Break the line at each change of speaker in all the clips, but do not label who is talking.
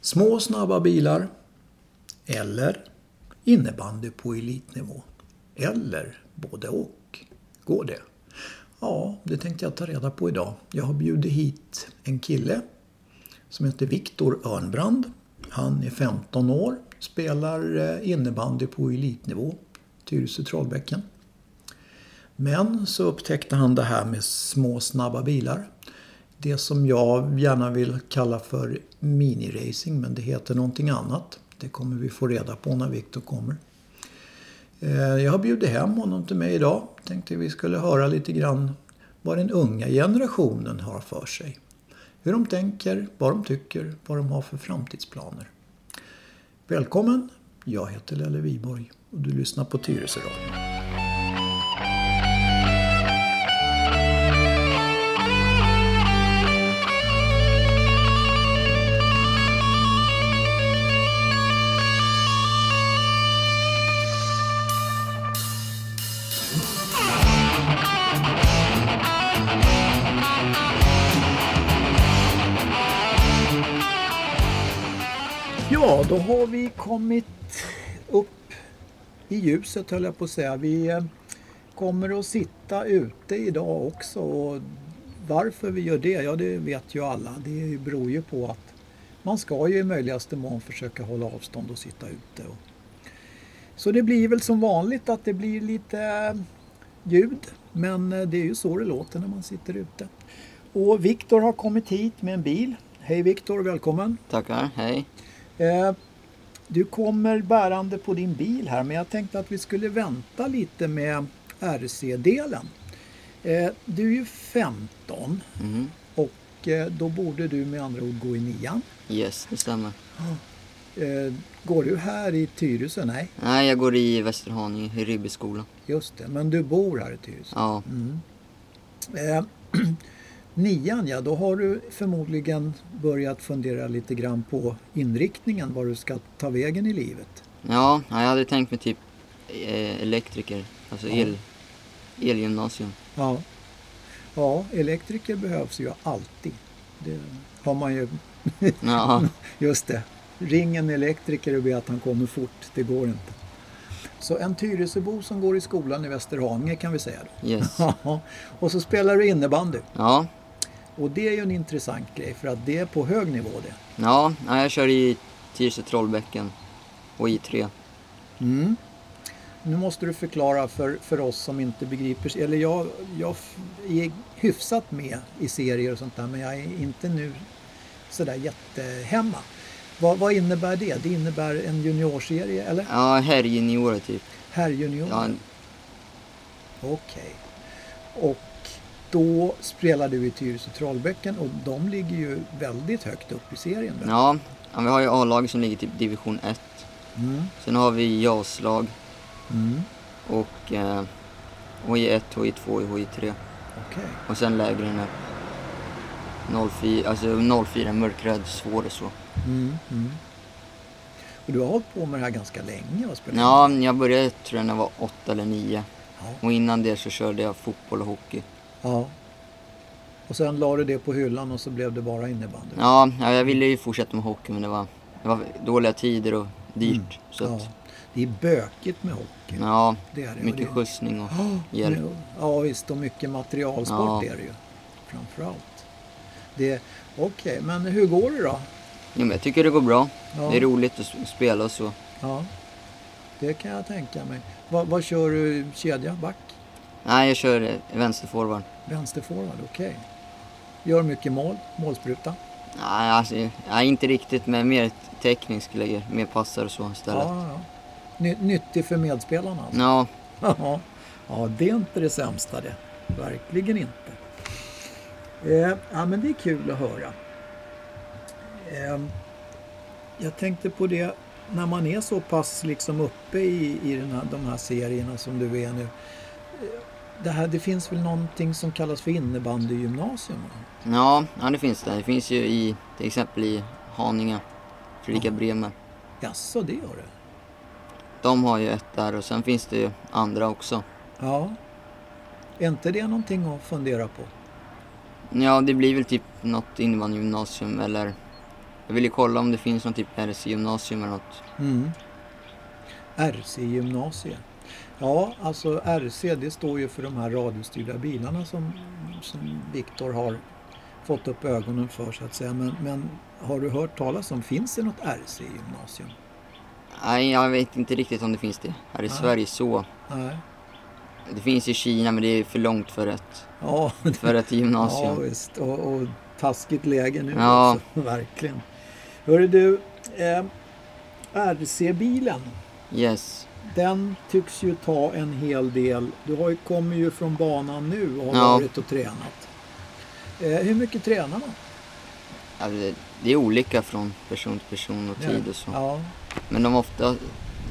Små snabba bilar. Eller innebandy på elitnivå. Eller både och. Går det? Ja, det tänkte jag ta reda på idag. Jag har bjudit hit en kille som heter Viktor Örnbrand. Han är 15 år, spelar eh, innebandy på elitnivå, Tyresö-Trollbäcken. Men så upptäckte han det här med små snabba bilar. Det som jag gärna vill kalla för miniracing, men det heter någonting annat. Det kommer vi få reda på när Viktor kommer. Eh, Jag har bjudit hem honom till mig idag. Tänkte vi skulle höra lite grann vad den unga generationen har för sig. Hur de tänker, vad de tycker, vad de har för framtidsplaner. Välkommen! Jag heter Lelle Viborg och du lyssnar på Tyresö Radio. Ja, då har vi kommit upp i ljuset höll jag på att säga. Vi eh, kommer att sitta ute idag också. Och varför vi gör det, ja det vet ju alla. Det beror ju på att man ska ju i möjligaste mån försöka hålla avstånd och sitta ute. Och- Så det blir väl som vanligt att det blir lite eh, ljud. Men eh, det är ju så det låter när man sitter ute. Och Viktor har kommit hit med en bil. Hej Viktor, välkommen!
Tackar, hej.
Eh, Du kommer bärande på din bil här men jag tänkte att vi skulle vänta lite med RC-delen. Eh, Du är ju 15
Mhm.
och eh, då borde du med andra ord gå i nian.
Yes, det stämmer.
Eh, Går du här i Tyresö? Nej,
Nej, jag går i Västerhaninge, i Ribbeskolan.
just det. Men du bor här i Tyresö?
Ja,
Eh, nian ja, då har du förmodligen börjat fundera lite grann på inriktningen, var du ska ta vägen i livet.
ja jag hade tänkt mig typ eh, elektriker, alltså
Ja.
el, elgymnasium.
Ja. ja, elektriker behövs ju alltid. Det har man ju,
Ja,
just det. Ring en elektriker och be att han kommer fort, det går inte. Så en Tyresöbo som går i skolan i Västerhaninge kan vi säga då.
yes.
Ja, och så spelar du innebandy.
Ja,
Och det är ju en intressant grej för att det är på hög nivå det.
ja, ja jag kör i Tyresö Trollbäcken och I3.
Mm. Nu måste du förklara för, för oss som inte begriper, eller jag, jag f- är hyfsat med i serier och sånt där men jag är inte nu sådär jättehemma. Vad, vad innebär det? Det innebär en juniorserie eller?
Ja, herrjuniorer typ.
Herrjunior?
Ja,
Okej. Och då spelar du i Tyresö Trollbäcken och de ligger ju väldigt högt upp i serien. va?
ja, ja vi har ju A-laget som ligger typ division 1.
Mm.
Sen har vi JAS-lag
Mm.
och eh, HJ1, HJ2 och HJ3.
Okej.
Och sen lägre än 04, alltså 04 mörkrädd, svår och så.
Mm. Mm. Och du har hållit på med det här ganska länge? va? Spelar
Ja, jag började tror jag när jag var 8 eller 9.
Ja.
Och innan det så körde jag fotboll och hockey.
Ja. Och sen la du det på hyllan och så blev det bara innebandy.
Ja, ja, jag ville ju fortsätta med hockey men det var, det var dåliga tider och dyrt. Så
Mm. Ja.
att,
Det är bökigt med hockey.
ja,
Det är det.
mycket
Och det...
skjutsning och
Ja,
hjälp.
nu- Ja visst, och mycket materialsport
Ja.
är det ju. Framförallt. Det... Okej, men hur går det då?
Ja, men jag tycker det går bra.
Ja.
Det är roligt att s- spela och så.
Ja. Det kan jag tänka mig. Vad, vad kör du? Kedja? Back?
Nej, jag kör eh, vänsterforward.
Vänsterforward? Okej. Gör mycket mål? Målspruta?
Nej, alltså, nej, inte riktigt men mer teknisk lägger, mer passar och så
Ja,
istället. Ja,
ja. ja. Ny, nyttig för medspelarna alltså?
ja,
Ja, ja, det är inte det sämsta det. Verkligen inte. Eh, ja, men det är kul att höra. Eh, jag tänkte på det, när man är så pass liksom uppe i, i den här, de här serierna som du är nu. Eh, Det, här, det finns väl någonting som kallas för innebandygymnasium? va?
ja, det finns det. Det finns ju i, till exempel i Haninge, Fredrika Bremer.
Jaså, det gör det?
De har ju ett där och sen finns det ju andra också.
Ja. Är inte det någonting att fundera på?
Ja, det blir väl typ något innebandygymnasium eller Jag ville kolla om det finns någon typ RC-gymnasium eller något.
Mm. RC-gymnasie. Ja, alltså RC det står ju för de här radiostyrda bilarna som, som Viktor har fått upp ögonen för så att säga. Men, men har du hört talas om, finns det något RC-gymnasium?
Nej, jag vet inte riktigt om det finns det här i
Nej.
Sverige så.
Nej.
Det finns i Kina men det är för långt för ett,
Ja,
för ett
ja
gymnasium.
visst. Och, och taskigt läge nu
Ja.
också. Verkligen. Hörru du, eh, RC-bilen.
Yes.
Den tycks ju ta en hel del. Du har ju, kommer ju från banan nu och har
Ja.
varit och tränat. Eh, hur mycket tränar man?
Alltså, det- det är olika från person till person och tid och så.
Ja,
Men de ofta,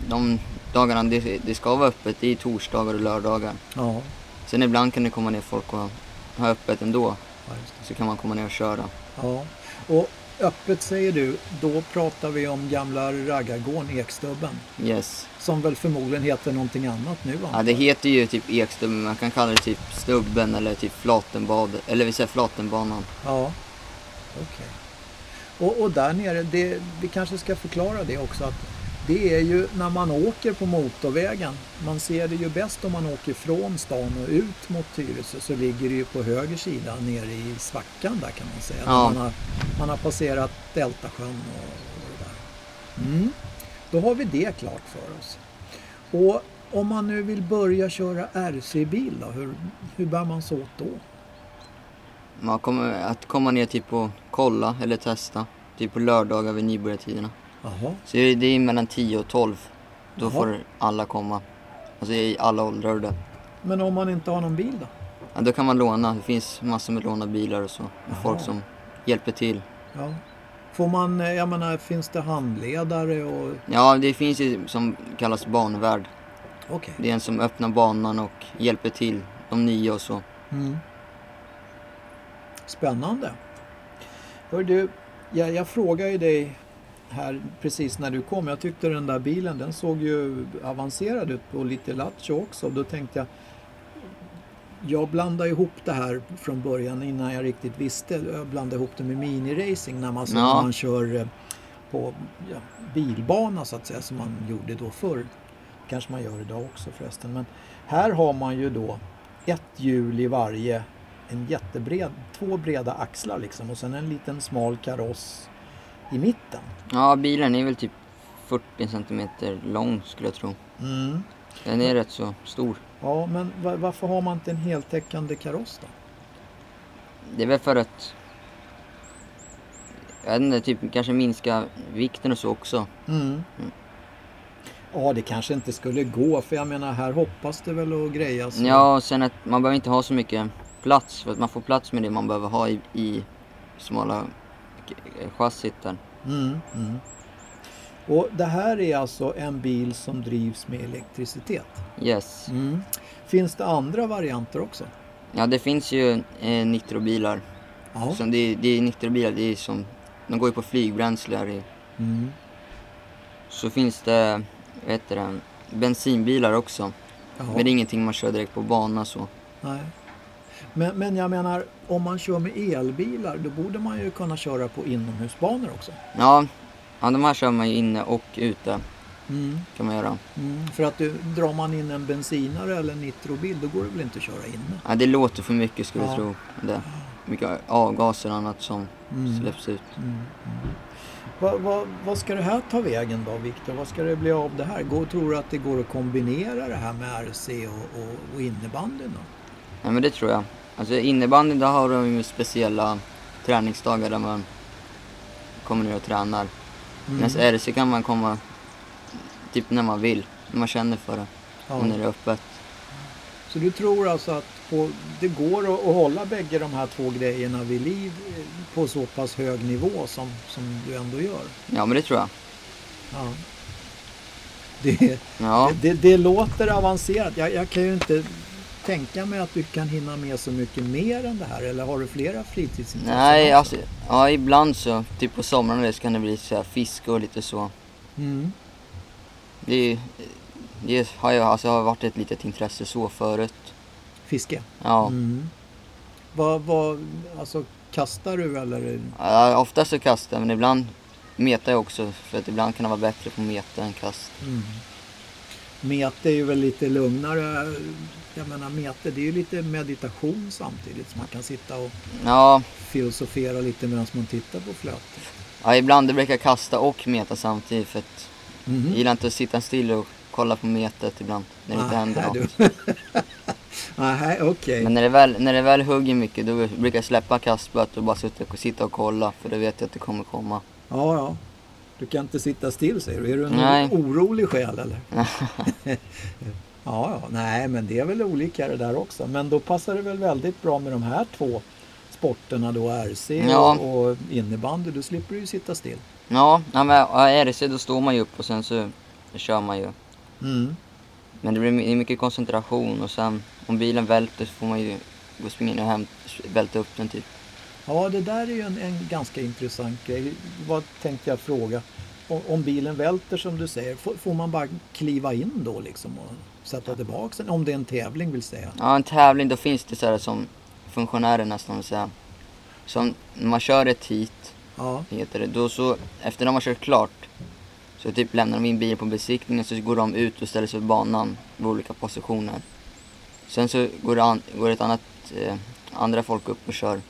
de dagarna det, det ska vara öppet, det är torsdagar och lördagar.
ja,
Sen ibland kan det komma ner folk och ha öppet ändå.
ja, just det.
Så kan man komma ner och köra.
ja. Och öppet säger du, då pratar vi om gamla raggargården Ekstubben.
Yes.
Som väl förmodligen heter någonting annat nu va?
Ja, det heter ju typ Ekstubben, men man kan kalla det typ Stubben eller typ Flatenbad, eller vi säger Flatenbanan.
Ja, okej. Och, och där nere, det, vi kanske ska förklara det också att det är ju när man åker på motorvägen, man ser det ju bäst om man åker från stan och ut mot Tyresö så ligger det ju på höger sida nere i svackan där kan man säga.
Ja.
Man, har, man har passerat Deltasjön och, och det där. Mm. Då har vi det klart för oss. Och om man nu vill börja köra RC-bil då, hur, hur bär man sig åt då?
Man kommer att komma ner typ och kolla eller testa. Typ på lördagar vid nybörjartiderna.
Jaha.
Så det är- det är mellan 10 och 12. Då
Jaha.
får alla komma. Alltså i alla åldrar och det.
Men om man inte har någon bil då?
Ja, då kan man låna. Det finns massor med lånade bilar och så. Och folk
Jaha.
som hjälper till.
Ja. Får man, eh, jag menar, finns det handledare och...
Ja, det finns ju som kallas banvärd.
Okej.
Det är en som öppnar banan och hjälper till. De nya och så.
Mm. Spännande. Hör du, jag, jag frågade ju dig här precis när du kom. Jag tyckte den där bilen, den såg ju avancerad ut och lite lattjo också. Då tänkte jag, jag blandade ihop det här från början innan jag riktigt visste. Jag blandade ihop det med miniracing när man, så
Ja.
man kör eh, på ja, bilbana så att säga som man gjorde då förr. kanske man gör idag också förresten. Men här har man ju då ett hjul i varje, en jättebred, två breda axlar liksom och sen en liten smal kaross i mitten.
Ja, bilen är väl typ 40 centimeter lång skulle jag tro. Mm. Den är rätt så stor.
Ja, men va- varför har man inte en heltäckande kaross då?
Det är väl för att... Jag vet inte, typ kanske minska vikten och så också. Mm.
Ja, det kanske inte skulle gå för jag menar här hoppas det väl och grejas. och-
Ja, och sen att man behöver inte ha så mycket plats för att man får plats med det man behöver ha i, i smala k- eh, chassit där.
Mm, mm. Och det här är alltså en bil som drivs med elektricitet.
Yes.
Finns det andra varianter också?
Ja, det finns ju eh, nitrobilar.
Ja.
Som det, är- det är nitrobilar, det är som... De går ju på flygbränsle. här i-
Mm.
Så finns det, vad heter det, bensinbilar också.
Jaha.
Men det är ingenting man kör direkt på bana så.
Nej. Men, men jag menar, om man kör med elbilar då borde man ju kunna köra på inomhusbanor också.
Ja, ja de här kör man ju inne och ute kan man göra.
Mm, För att du, drar man in en bensinare eller en nitrobil då går det väl inte att köra inne?
Ja, det låter för mycket skulle
Ja.
jag tro. Det. Mycket avgaser och annat som
Mm.
släpps ut.
Va, va, vad ska det här ta vägen då Viktor? Vad ska det bli av det här? Går, tror du att det går att kombinera det här med RC och, och, och innebandyn då?
Ja, men det tror jag. Alltså innebandy, där har de ju speciella träningsdagar där man kommer ner och tränar.
Mm.
Medan RC kan man komma typ när man vill, när man känner för det.
Ja.
Och när det är öppet.
Så du tror alltså att på, det går att, att hålla bägge de här två grejerna vid liv eh, på så pass hög nivå som, som du ändå gör?
Ja, men det tror jag.
Ja. Det,
Ja,
det, det låter avancerat. Jag, jag kan ju inte tänka mig att du kan hinna med så mycket mer än det här. Eller har du flera fritidsintressen?
nej,
också?
alltså, ja, ibland så, typ på somrarna så kan det bli så här fiske och lite så.
Mm.
Det, är ju- det har ju alltså, har varit ett litet intresse så förut.
Fiske?
Ja.
Mm. Vad, vad, alltså kastar du eller?
Ja, Ofta så kastar jag, men ibland Meta är också, för att ibland kan det vara bättre på meta än kast.
Mete Mm. är ju väl lite lugnare. Jag menar mete, det är ju lite meditation samtidigt. Så man kan sitta och
Ja,
filosofera lite medan man tittar på flötet.
ja ibland det brukar jag kasta och meta samtidigt för att
Mm.
jag gillar inte att sitta still och kolla på metet ibland när det inte händer
Nej,
något.
Ah, du. Nej, okej.
Men när det, väl, när det väl hugger mycket då brukar jag släppa kastspöet och bara sitta och, sitta och kolla för då vet jag att det kommer komma.
Ja, ja. Du kan inte sitta still säger du. Är du en
Nej.
orolig själ eller? ja, ja. Nej, men det är väl olika det där också. Men då passar det väl väldigt bra med de här två sporterna då, RC
Ja.
och, och innebandy. Då slipper du ju sitta still.
Ja, ja, men ja, RC då står man ju upp och sen så kör man ju.
Mm.
Men det blir my- det är mycket koncentration och sen om bilen välter så får man ju gå och springa in och hämta, välta upp den typ.
Ja, det där är ju en, en ganska intressant grej. Vad tänkte jag fråga? Om, om bilen välter som du säger, får, får man bara kliva in då liksom och sätta tillbaka den? Om det är en tävling vill säga.
Ja, en tävling då finns det så här som funktionärer nästan vill säga. Som när man kör ett heat,
Ja,
heter det, då så efter de har kört klart så typ lämnar de in bilen på besiktningen så går de ut och ställer sig på banan i olika positioner. Sen så går det, an, går ett annat, eh, andra folk upp och kör.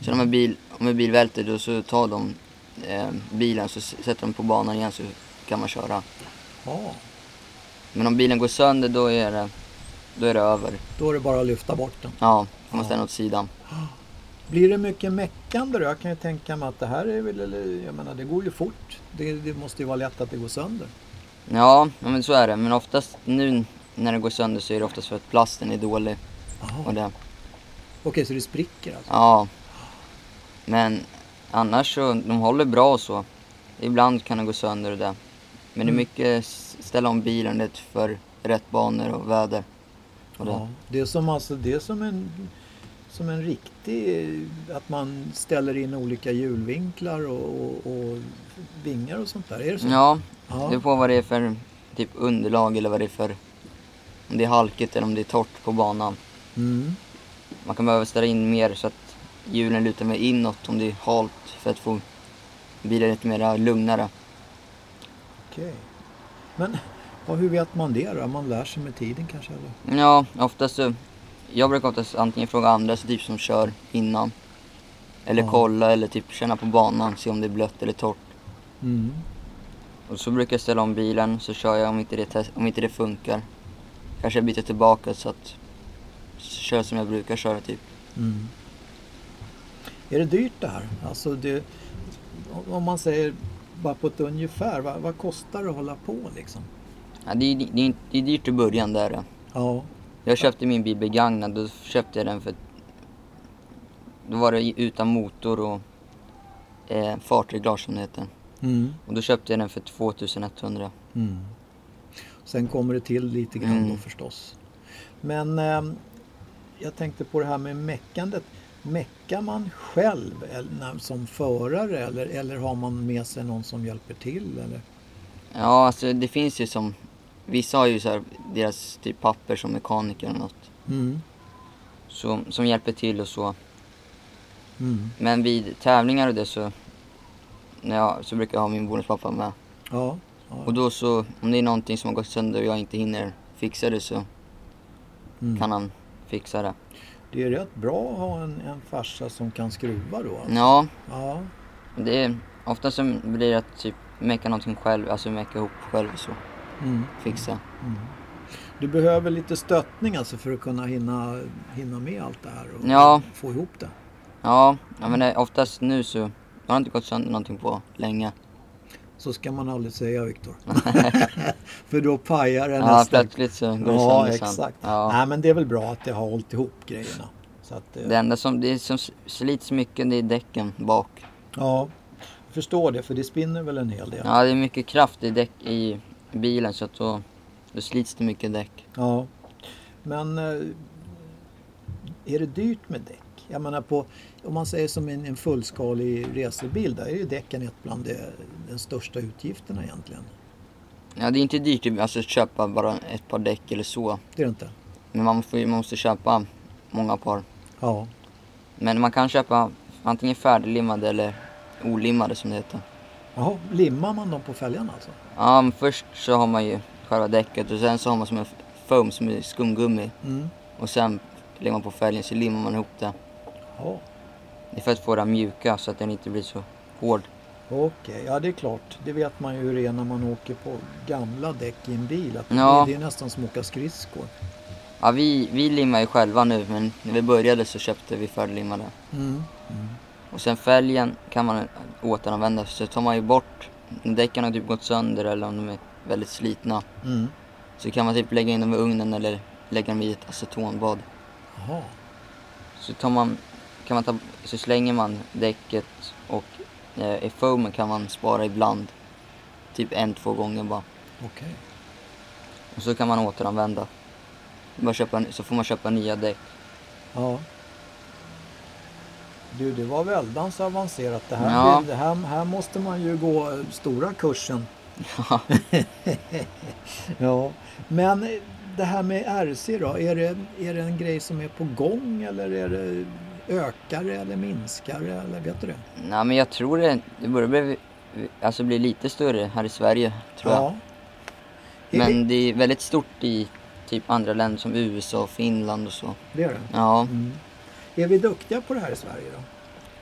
Sen om en bil, om en bil välter då så tar de eh, bilen så s- sätter de på banan igen så kan man köra.
ja.
Men om bilen går sönder då är det, då är det över.
Då är det bara att lyfta bort den.
Ja, man måste den åt sidan.
Blir det mycket meckande då? Jag kan ju tänka mig att det här är väl, eller, jag menar det går ju fort. Det, det måste ju vara lätt att det går sönder.
Ja, ja, men så är det. Men oftast nu när det går sönder så är det oftast för att plasten är dålig.
Jaha.
Och
Okej,
det,
så det spricker alltså?
ja. Men annars så, de håller bra och så. Ibland kan det gå sönder och det. Men det
Mm.
är mycket s- ställa om bilen det för rätt banor och väder. Och det.
Ja, det är som alltså, det är som en, som en riktig, att man ställer in olika hjulvinklar och, och, och vingar och sånt där. Är det så?
Ja,
Ja.
det beror på vad det är för typ underlag eller vad det är för... Om det är halkigt eller om det är torrt på banan.
Mm.
Man kan behöva ställa in mer så att hjulen lutar mer inåt om det är halt för att få bilen lite mer lugnare.
Okej. Men ja, hur vet man det då? Man lär sig med tiden kanske? Eller?
Ja, oftast så... Jag brukar oftast antingen fråga andra så typ som kör innan. Eller
Ja.
kolla eller typ känna på banan, se om det är blött eller torrt.
Mm.
Och så brukar jag ställa om bilen, så kör jag om inte det, test, om inte det funkar. Kanske jag byter tillbaka så att... Så kör som jag brukar köra typ.
Mm. Är det dyrt det här? Alltså det, om man säger bara på ett ungefär, vad, vad kostar det att hålla på liksom?
Ja, det, är, det, är, det är dyrt i början, det är det.
Ja,
Jag köpte min bil begagnad, då köpte jag den för... Då var det i- utan motor och eh, fartreglage som det heter.
mm.
Och då köpte jag den för 2100.
Mm. Sen kommer det till lite grann då
Mm.
förstås. Men ehm, jag tänkte på det här med meckandet. Meckar man själv eller, när, som förare eller, eller har man med sig någon som hjälper till? Eller?
Ja, alltså det finns ju som... Vissa har ju så här, deras typ papper som mekaniker eller något.
Mm.
Så, som hjälper till och så.
Mm.
Men vid tävlingar och det så... När jag, så brukar jag ha min bonuspappa med.
Ja.
Och
ja.
då så, om det är någonting som har gått sönder och jag inte hinner fixa det så
Mm.
kan han fixa det.
Det är rätt bra att ha en, en farsa som kan skruva då. Alltså.
Ja,
Ja.
det är... Ofta så blir det att typ meka någonting själv, alltså meka ihop själv och så.
Mm.
Fixa.
Du behöver lite stöttning alltså för att kunna hinna, hinna med allt det här och
Ja.
få ihop det.
Ja, ja men det, oftast nu så har det inte gått sönder någonting på länge.
Så ska man aldrig säga Viktor. För då pajar det
Ja,
nästan.
plötsligt så går det
Ja,
sönder sen.
exakt.
Ja,
Nej, men det är väl bra att det har hållit ihop grejerna. Så att, eh,
Det enda som, det som slits mycket det är däcken bak.
ja, jag förstår det, för det spinner väl en hel del. Ja.
Ja, det är mycket kraft i däck i bilen så att då, då slits det mycket däck.
Men eh, är det dyrt med däck? Jag menar på, om man säger som en, en fullskalig resebil, där är ju däcken ett bland de, de största utgifterna egentligen.
Ja, det är inte dyrt att alltså, köpa bara ett par däck eller så.
Det är det inte?
Men man, får, ju- man måste köpa många par.
Ja.
Men man kan köpa antingen färdiglimmade eller olimmade som det heter.
Jaha, limmar man dem på fälgarna alltså?
Ja, men först så har man ju själva däcket och sen så har man som en foam som är skumgummi.
Mm.
Och sen lägger man på fälgen så limmar man ihop det.
Ja,
Det är för att få den mjuka så att den inte blir så hård.
okej. Ja, det är klart. Det vet man ju hur det är när man åker på gamla däck i en bil. Att
Ja.
Det är nästan som att åka skridskor.
Ja, vi, vi limmar ju själva nu men när vi började så köpte vi förlimmade.
Mm.
Och sen fälgen kan man återanvända så tar man ju bort, när däcken har typ gått sönder eller om de är väldigt slitna
Mm.
så kan man typ lägga in dem i ugnen eller lägga dem i ett acetonbad.
Jaha.
Så, tar man, kan man ta, så slänger man däcket och eh, i foamen kan man spara ibland. Typ en, två gånger bara.
Okej.
Och så kan man återanvända. Bara köpa, så får man köpa nya däck.
Ja. Du, det var väldans avancerat. Det här,
Ja.
det här, här måste man ju gå eh, stora kursen. ja. Men eh, det här med RC då, är det, är det en grej som är på gång eller är det ökar det eller minskar det eller vet du det?
Nej men jag tror det, det börjar bli, alltså bli lite större här i Sverige tror jag.
Är det,
Men det är väldigt stort i typ andra länder som USA och Finland och så.
det är det.
Ja,
Mm. Är vi duktiga på det här i Sverige då?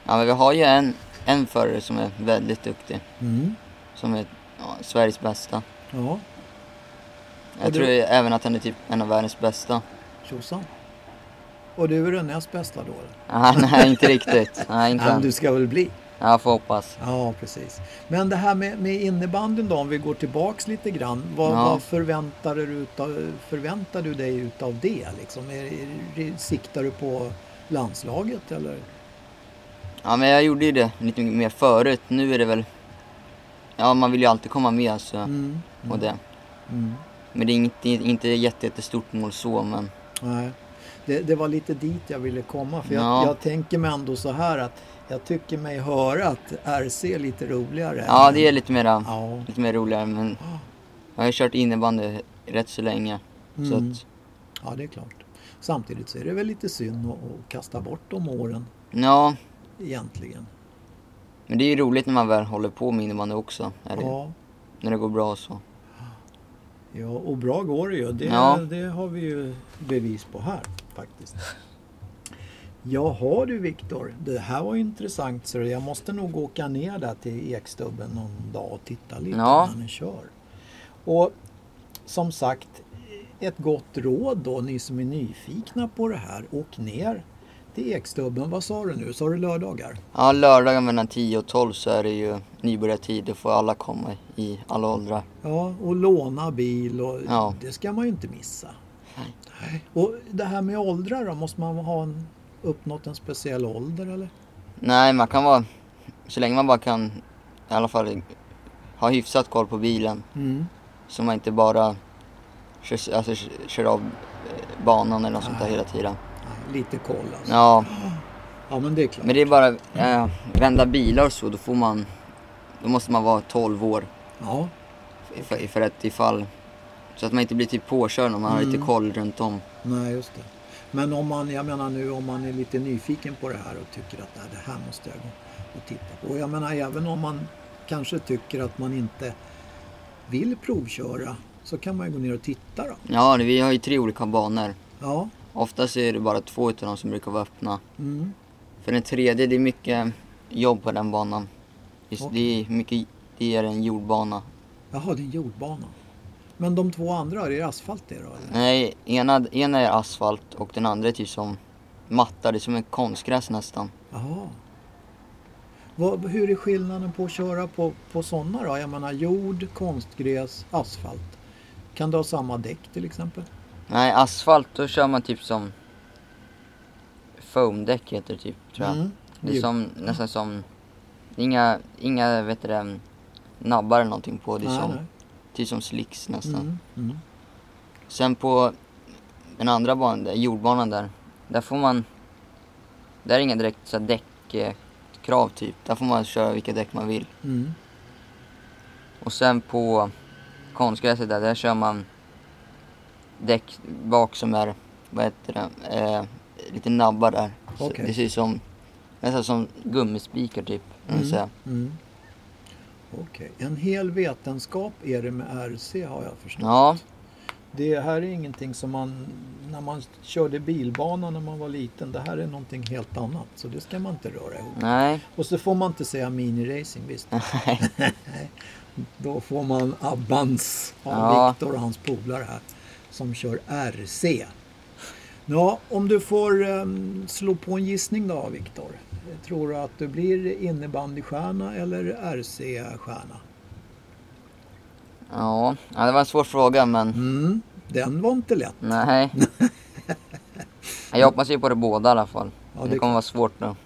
ja men vi har ju en, en förare som är väldigt duktig.
Mm.
Som är ja, Sveriges bästa.
Ja,
Jag
Och du-
tror även att han är typ en av världens bästa.
tjosan. Och du är den näst bästa då? eller?
Ah, nej, inte riktigt. Nej, inte
Men
än.
du ska väl bli?
Jag får hoppas.
Ja, precis. Men det här med, med innebandyn då, om vi går tillbaks lite grann. Vad,
Ja.
vad förväntar, du utav, förväntar du dig utav det? Liksom? Är, är, siktar du på landslaget eller?
Ja, men jag gjorde ju det lite mer förut. Nu är det väl... Ja, man vill ju alltid komma med så,
Mm.
och det.
Mm.
Men det är inte, inte jätte, jättestort mål så, men...
Nej. Det, det var lite dit jag ville komma för jag,
Ja.
jag tänker mig ändå så här att jag tycker mig höra att RC är lite roligare.
Ja,
än-
det är lite mera,
Ehm, Ja.
lite mer roligare, men... Jag har ju kört innebandy rätt så länge. Så
Mm.
att...
ja, det är klart. Samtidigt så är det väl lite synd att, att kasta bort de åren
Ja,
egentligen.
men det är ju roligt när man väl håller på med innebandy också. Är det, ju.
Ja.
När det går bra och så.
Ja, och bra går det ju. Det,
Ja.
det har vi ju bevis på här faktiskt. Jaha du Viktor, det här var ju intressant. Så jag måste nog åka ner där till Ekstubben någon dag och titta lite
Ja.
när ni kör. Och som sagt, ett gott råd då, ni som är nyfikna på det här, åk ner till Ekstubben. Vad sa du nu? Sa du lördagar?
Ja, lördagar mellan 10 och 12 så är det ju nybörjartid. Då får alla komma i alla åldrar.
Ja, och låna bil och
Ja.
det ska man ju inte missa.
Nej.
Och det här med åldrar då, måste man ha en, uppnått en speciell ålder eller?
Nej, man kan vara... Så länge man bara kan i alla fall ha hyfsat koll på bilen så man inte bara kör, alltså, kör av eh, banan eller något sånt där hela tiden.
Ja, Lite koll alltså. Ja.
Ja,
men det är klart.
men det är bara eh, vända bilar och så, då får man... Då måste man vara 12 år
Ja,
för, för att ifall... Så att man inte blir typ påkörd om man har lite koll runt om.
nej just det. Men om man, jag menar nu om man är lite nyfiken på det här och tycker att "Nej, det här måste jag gå och titta på. Och jag menar även om man kanske tycker att man inte vill provköra så kan man ju gå ner och titta då.
Ja, vi har ju tre olika banor.
Ja,
Oftast är det bara två utav dem som brukar vara öppna.
mm.
För den tredje, det är mycket jobb på den banan. Just,
Okej.
Det är mycket, det är en jordbana.
Jaha, det är en jordbana. Men de två andra, är det asfalt det då? Eller?
Nej, ena, ena är asfalt och den andra är typ som matta, det är som en konstgräs nästan.
Jaha. Vad, hur är skillnaden på att köra på, på sådana då? Jag menar jord, konstgräs, asfalt. Kan du ha samma däck till exempel?
Nej, asfalt då kör man typ som foamdäck heter det typ, tror jag.
Mm.
Det är som, nästan som, det är inga, inga vet du det, nabbar eller någonting på. Det är
Nej,
som,
nej.
typ som slicks nästan.
Mm. Mm.
Sen på den andra banan, där, jordbanan där, där får man... Där är inga direkt så här däckkrav typ. Där får man köra vilka däck man vill.
Mm.
Och sen på konstgräset där, där kör man däck bak som är, vad heter det, eh, lite nabbar där. Så
Okej.
Det ser ut som, nästan som gummispikar typ, kan man
Mm.
säga.
Mm. Okej. En hel vetenskap är det med RC har jag förstått.
Ja,
Det här är ingenting som man, när man körde bilbana när man var liten, det här är någonting helt annat. Så det ska man inte röra ihop.
nej.
Och så får man inte säga miniracing, visst? Nej. Då får man abbans av
Ja.
Viktor och hans polare här som kör RC. Ja, om du får ehm, slå på en gissning då, Viktor. Tror du att du blir innebandystjärna eller RC-stjärna?
Ja. ja, det var en svår fråga men
Mm, den var inte lätt.
nej. Jag hoppas ju på det båda i alla fall.
Ja,
det,
det-
kommer vara svårt då.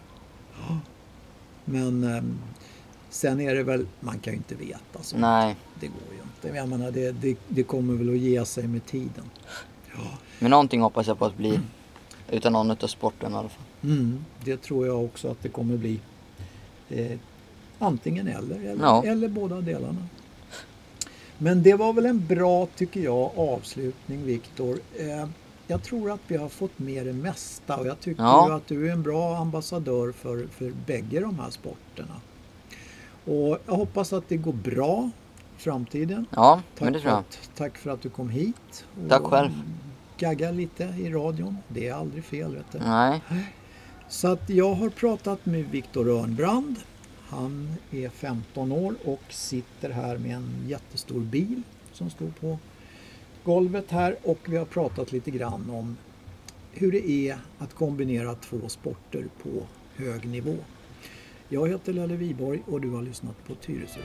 Men ehm, sen är det väl, man kan ju inte veta. Så
Nej.
Det går ju inte. Jag menar, det, det, det kommer väl att ge sig med tiden.
Men någonting hoppas jag på att bli. Utan någon utav sporten i alla fall.
Mm, det tror jag också att det kommer bli. Eh, antingen eller, eller,
Ja.
eller båda delarna. Men det var väl en bra, tycker jag, avslutning Viktor. Eh, jag tror att vi har fått med det mesta och jag tycker
Ja.
ju att du är en bra ambassadör för, för bägge de här sporterna. Och jag hoppas att det går bra i framtiden.
Ja, men
Tack,
det tror
för
jag.
att, tack för att du kom hit. och
Tack själv.
Gagga lite i radion. Det är aldrig fel, vet du.
Nej.
Så att jag har pratat med Viktor Örnbrand. Han är 15 år och sitter här med en jättestor bil som står på golvet här och vi har pratat lite grann om hur det är att kombinera två sporter på hög nivå. Jag heter Lelle Viborg och du har lyssnat på Tyresö.